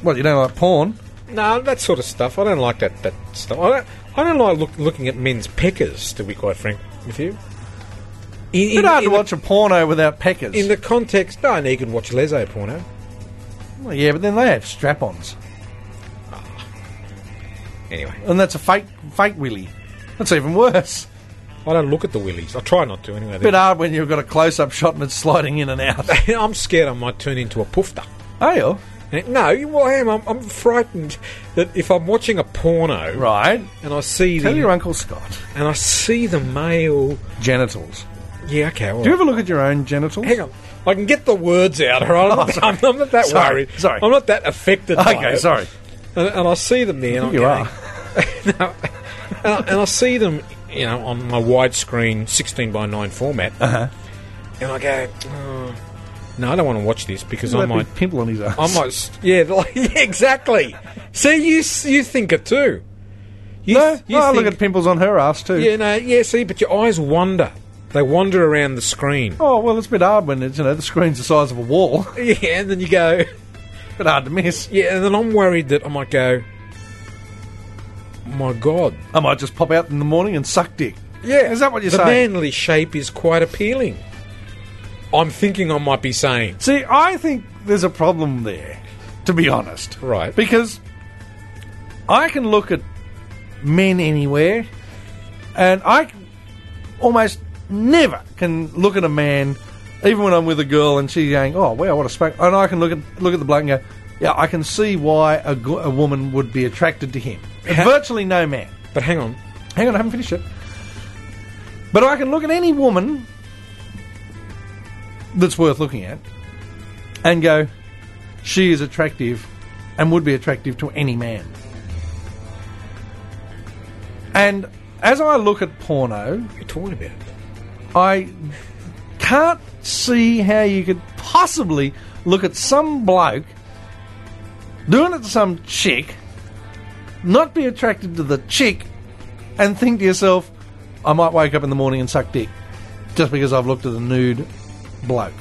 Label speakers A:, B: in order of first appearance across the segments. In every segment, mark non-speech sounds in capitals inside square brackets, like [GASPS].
A: What you don't like porn?
B: No, that sort of stuff. I don't like that, that stuff. I don't, I don't like look, looking at men's peckers, to be quite frank with you.
A: In,
B: in-
A: it's hard
B: in
A: to
B: the-
A: watch a porno without peckers.
B: In the context, no, no, you can watch Lezo porno.
A: Well, yeah, but then they have strap-ons,
B: Anyway,
A: and that's a fake fake willy. That's even worse.
B: I don't look at the willies. I try not to anyway.
A: bit hard when you've got a close-up shot and it's sliding in and out.
B: [LAUGHS]
A: oh.
B: I'm scared I might turn into a poofter. Eh,
A: Are you
B: No, you- well, I am. I'm, I'm frightened that if I'm watching a porno
A: right?
B: and I see
A: Tell
B: the
A: your uncle Scott
B: and I see the male,
A: genitals.
B: yeah, okay. all
A: Do you
B: right.
A: ever look at your own genitals?
B: Hang on, I can get the words out. All right, I'm,
A: [LAUGHS]
B: not, I'm, I'm not that
A: Oh, Sorry,
B: worried.
A: sorry.
B: I'm not that affected. by
A: Okay,
B: it.
A: sorry.
B: And, and I see them there. And
A: You
B: I'm
A: are.
B: going, [LAUGHS] no, and, I, and I see them, you know, on my widescreen 16 by 9 format. Uh-huh. And I go, oh, no, I don't want to watch this because I
A: That big
B: might
A: pimple on his ass.
B: I might, s- yeah, [LAUGHS] like, yeah, exactly. See, you s- you think it too. You,
A: no,
B: th- you
A: no, I look
B: think-
A: at pimples on her ass too.
B: yeah, no, yeah. See, but your eyes wander. They wander around the screen. [LAUGHS]
A: Oh well, it's a bit hard when it's you know the screen's the size of a wall. [LAUGHS]
B: Yeah, and then you go, [LAUGHS]
A: a bit hard to miss.
B: yeah, and then I'm worried that I might go. My God,
A: I might just pop out in the morning and suck dick.
B: yeah,
A: Is that what you're
B: the
A: saying?
B: manly shape is quite appealing. I'm thinking I might be saying
A: See, I think there's a problem there, to be honest.
B: Right.
A: Because I can look at men anywhere, and I c- almost never can look at a man, even when I'm with a girl and she's going, "Oh, wow, what a spank," and I can look at look at the bloke and go, "Yeah, I can see why a, g- a woman would be attracted to him." Virtually no man.
B: But hang on,
A: Hang on, I haven't finished it. But I can look at any woman that's worth looking at and go, she is attractive and would be attractive to any man. And as I look at porno,
B: you're talking about it.
A: I can't see how you could possibly look at some bloke doing it to some chick, not be attracted to the chick, and think to yourself, I might wake up in the morning and suck dick just because I've looked at a nude bloke.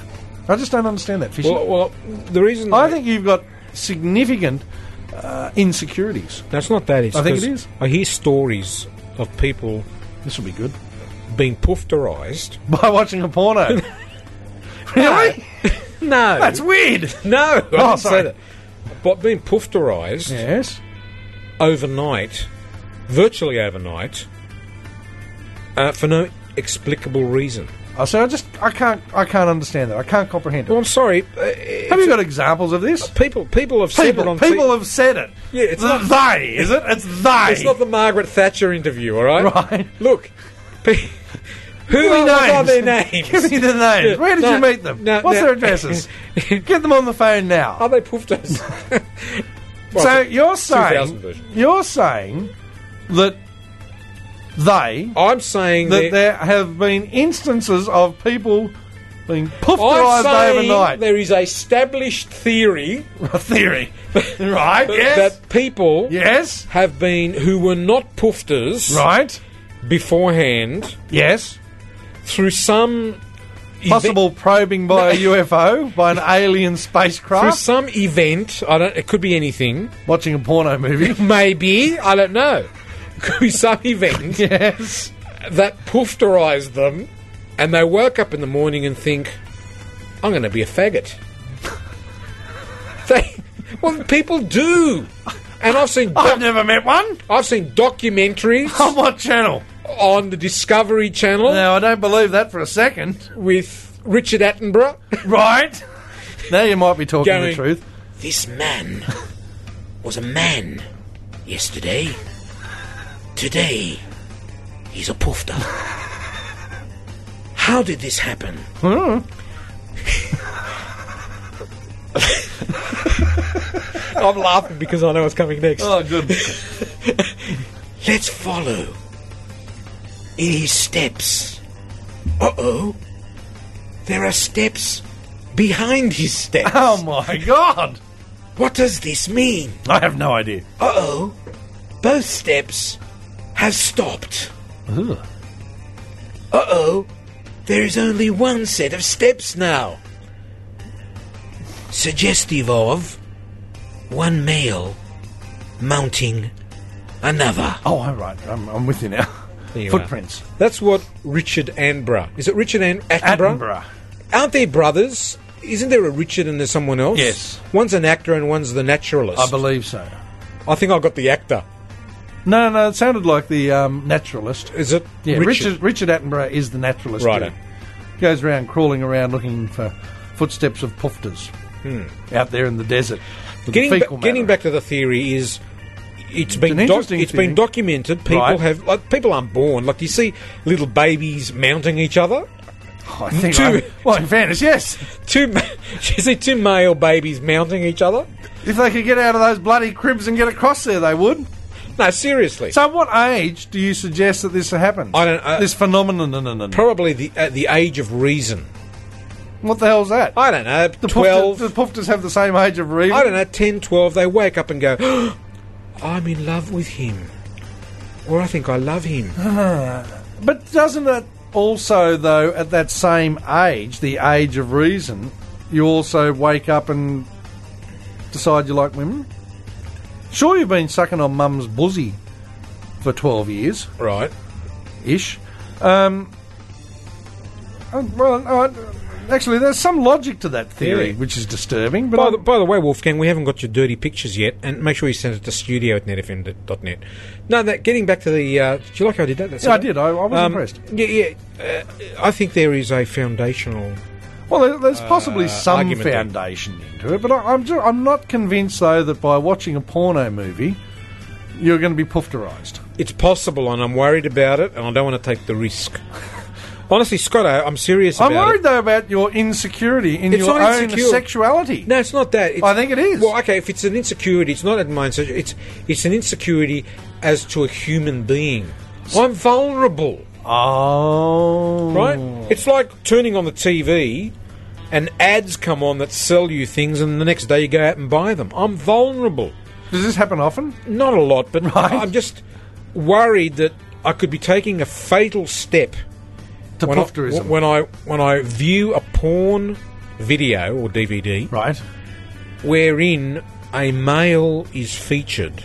A: I just don't understand that, Fishy.
B: Well, well, the reason
A: I think you've got significant uh, insecurities.
B: that's not that. It's
A: I think it
B: 'cause
A: is.
B: I hear stories of people
A: This will be good. [LAUGHS]
B: being poofterized.
A: By watching a porno. really?
B: No,
A: That's [LAUGHS] weird.
B: no. I
A: Oh, sorry.
B: didn't say that. But being poofterized
A: Yes.
B: overnight, virtually overnight, uh, for no explicable reason.
A: I say I just I can't I can't understand that. I can't comprehend it.
B: Well, I'm sorry. uh,
A: have
B: it's-
A: you got examples of this?
B: people? People have said it
A: People
B: on
A: people
B: T-
A: have said it.
B: Yeah, it's
A: The
B: not-
A: they, is it? It's they.
B: it's not the Margaret Thatcher interview, all right?
A: Right.
B: Look,
A: [LAUGHS]
B: pe- who
A: Give me
B: are, what are their names?
A: names. [LAUGHS] Give me the names. Where did
B: No,
A: you meet them?
B: no,
A: What's
B: no.
A: their
B: [LAUGHS]
A: addresses? Get them on the phone now.
B: Are they pooftos?
A: [LAUGHS]
B: Well,
A: so you're
B: 2000
A: saying
B: version.
A: you're saying that they
B: I'm saying
A: that
B: that
A: there have been instances of people being
B: I'm
A: pooferized
B: saying
A: overnight.
B: there is a established theory
A: [LAUGHS] A
B: [LAUGHS]
A: theory, right? Yes.
B: that people
A: yes.
B: have been who were not poofters
A: Right.
B: beforehand
A: Yes.
B: through some eve-
A: possible probing by a UFO, by an alien
B: through
A: spacecraft,
B: some event. I don't. It could be anything.
A: watching a porno
B: [LAUGHS]
A: movie.
B: Maybe I don't know. [LAUGHS] Could be some event
A: yes.
B: that poofterized them, and they woke up in the morning and think, "I'm going to be a faggot." they, well, people do, and I've seen doc-
A: I've never met one.
B: I've seen documentaries
A: On what channel?
B: on the Discovery Channel
A: Now, I don't believe that for a second.
B: with Richard Attenborough.
A: Right? Now you might be talking the
B: Going-
A: truth.
C: This man was a man yesterday. Today, he's a poofter. How did this happen?
B: I'm laughing because I know what's coming next.
A: Oh, good.
C: Let's follow in his steps. Uh oh. There are steps behind his steps.
A: Oh, my God.
C: What does this mean?
A: I have no idea.
C: Uh oh. Both steps have stopped. Uh oh. There is only one set of steps now. Suggestive of one male mounting another.
A: Oh, all right. I'm, I'm with you now.
B: There you are.
A: Footprints.
B: That's what Richard Attenborough. Is it Richard An- Attenborough?
A: Attenborough.
B: Aren't they brothers? Isn't there a Richard and there's someone else?
A: Yes.
B: One's an actor and one's the naturalist.
A: I believe so.
B: I think I got the actor.
A: No, no, it sounded like the um, naturalist.
B: Is it
A: Yeah, Richard.
B: Richard?
A: Richard Attenborough is the naturalist.
B: Righto.
A: too. Goes around crawling around looking for footsteps of poofters out there in the desert. with
B: Hmm. Getting,
A: fecal
B: ba- getting
A: matter.
B: back to the theory is it's been
A: an
B: doc-
A: interesting
B: it's
A: theory.
B: been documented. People
A: Right.
B: have like, people aren't born. Like you see little babies mounting each other.
A: I think.
B: to-
A: I- well, in fairness, yes.
B: Two, ma- [LAUGHS] you see two male babies mounting each other.
A: If they could get out of those bloody cribs and get across there, they would.
B: No, seriously.
A: So, at what age do you suggest that this happens?
B: I uh, don't- I-
A: this phenomenon. No, no, no, no.
B: Probably the at the age of reason.
A: What the hell's that?
B: I don't know.
A: the
B: Twelve.
A: Poofters, the poofters have the same age of reason.
B: I don't know, 10, 12, they wake up and go, [GASPS] I'm in love with him. Or I think I love him.
A: But doesn't it also, though, at that same age, the age of reason, you also wake up and decide you like women? Sure, you've been sucking on mum's buzzy for 12 years
B: Right.
A: ish. Um, uh, well, uh, actually, there's some logic to that theory,
B: Yeah.
A: which is disturbing. But
B: By
A: I'm-
B: the, by the way, Wolfgang, we haven't got your dirty pictures yet, and make sure you send it to studio at netfm.net. No, that, getting back to the. Uh, do you like how I did that? That's
A: Yeah, I
B: okay.
A: did. I, I was
B: Um,
A: impressed.
B: Yeah, yeah. Uh, I think there is a foundational.
A: Well, there- there's possibly
B: uh,
A: some
B: argument there.
A: foundation into it, but I, I'm ju- I'm not convinced though that by watching a porno movie, you're going to be poofterized.
B: It's possible, and I'm worried about it, and I don't want to take the risk. [LAUGHS] Honestly, Scott, I, I'm serious
A: I'm
B: about it.
A: worried though about your insecurity in
B: It's
A: your
B: not
A: own
B: insecure.
A: sexuality.
B: No, it's not that. It's,
A: I think it is.
B: Well, okay, if it's an insecurity, it's not at mind. So it's it's an insecurity as to a human being. I'm vulnerable,
A: Oh,
B: right? It's like turning on the TV, and ads come on that sell you things, and the next day you go out and buy them. I'm vulnerable.
A: Does this happen often?
B: Not a lot, but
A: Right.
B: I'm just worried that I could be taking a fatal step
A: To
B: when I,
A: poofterism,
B: when I when I view a porn video or DVD
A: right?
B: wherein a male is featured.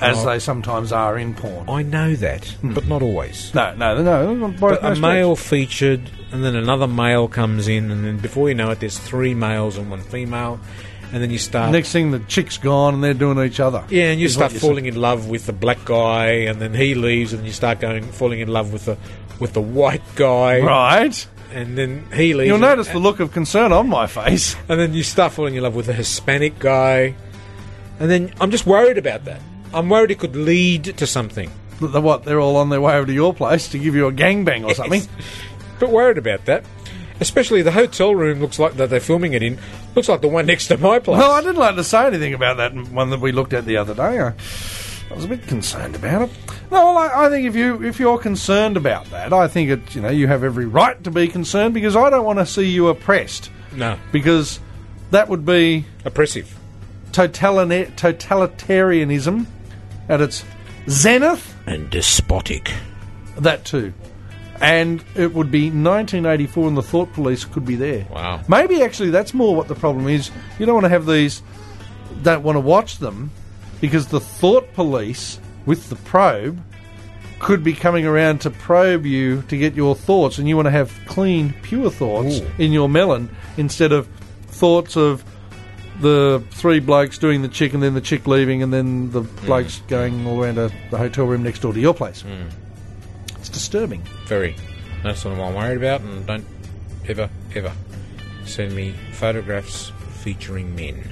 A: As they sometimes are in porn.
B: I know that,
A: Hmm.
B: but not always.
A: No, no, no. no by
B: But
A: no
B: a
A: stretch.
B: male featured, and then another male comes in, and then before you know it, there's three males and one female, and then you start.
A: Next thing, the chick's gone and they're doing each other.
B: yeah, and you
A: Is what
B: start
A: you're
B: falling in love with the black guy, and then he leaves, and you start going falling in love with the with the white guy,
A: saying. Right.
B: and then he leaves.
A: You'll
B: and-
A: notice the look of concern on my face.
B: and then you start falling in love with a Hispanic guy, and then I'm just worried about that. I'm worried it could lead to something.
A: That they're what? They're all on their way over to your place to give you a gangbang or something.
B: But worried about that. Especially the hotel room looks like that they're filming it in. Looks like the one next to my place.
A: Well, I didn't like to say anything about that one that we looked at the other day. I, I was a bit concerned about it. No, well, I, I think if you if you're concerned about that, I think it you know you have every right to be concerned because I don't want to see you oppressed
B: no,
A: because that would be
B: oppressive.
A: totalina- totalitarianism at its zenith.
C: And despotic.
A: That too. And it would be 1984, and the thought police could be there.
B: Wow.
A: Maybe actually that's more what the problem is. You don't want to have these, don't want to watch them, because the thought police with the probe could be coming around to probe you to get your thoughts, and you want to have clean, pure thoughts
B: Ooh.
A: in your melon instead of thoughts of the three blokes doing the chick, and then the chick leaving, and then the
B: Hmm.
A: blokes going all around to the hotel room next door to your place. It's disturbing.
B: Very. That's what I'm worried about. And don't ever, ever send me photographs featuring men.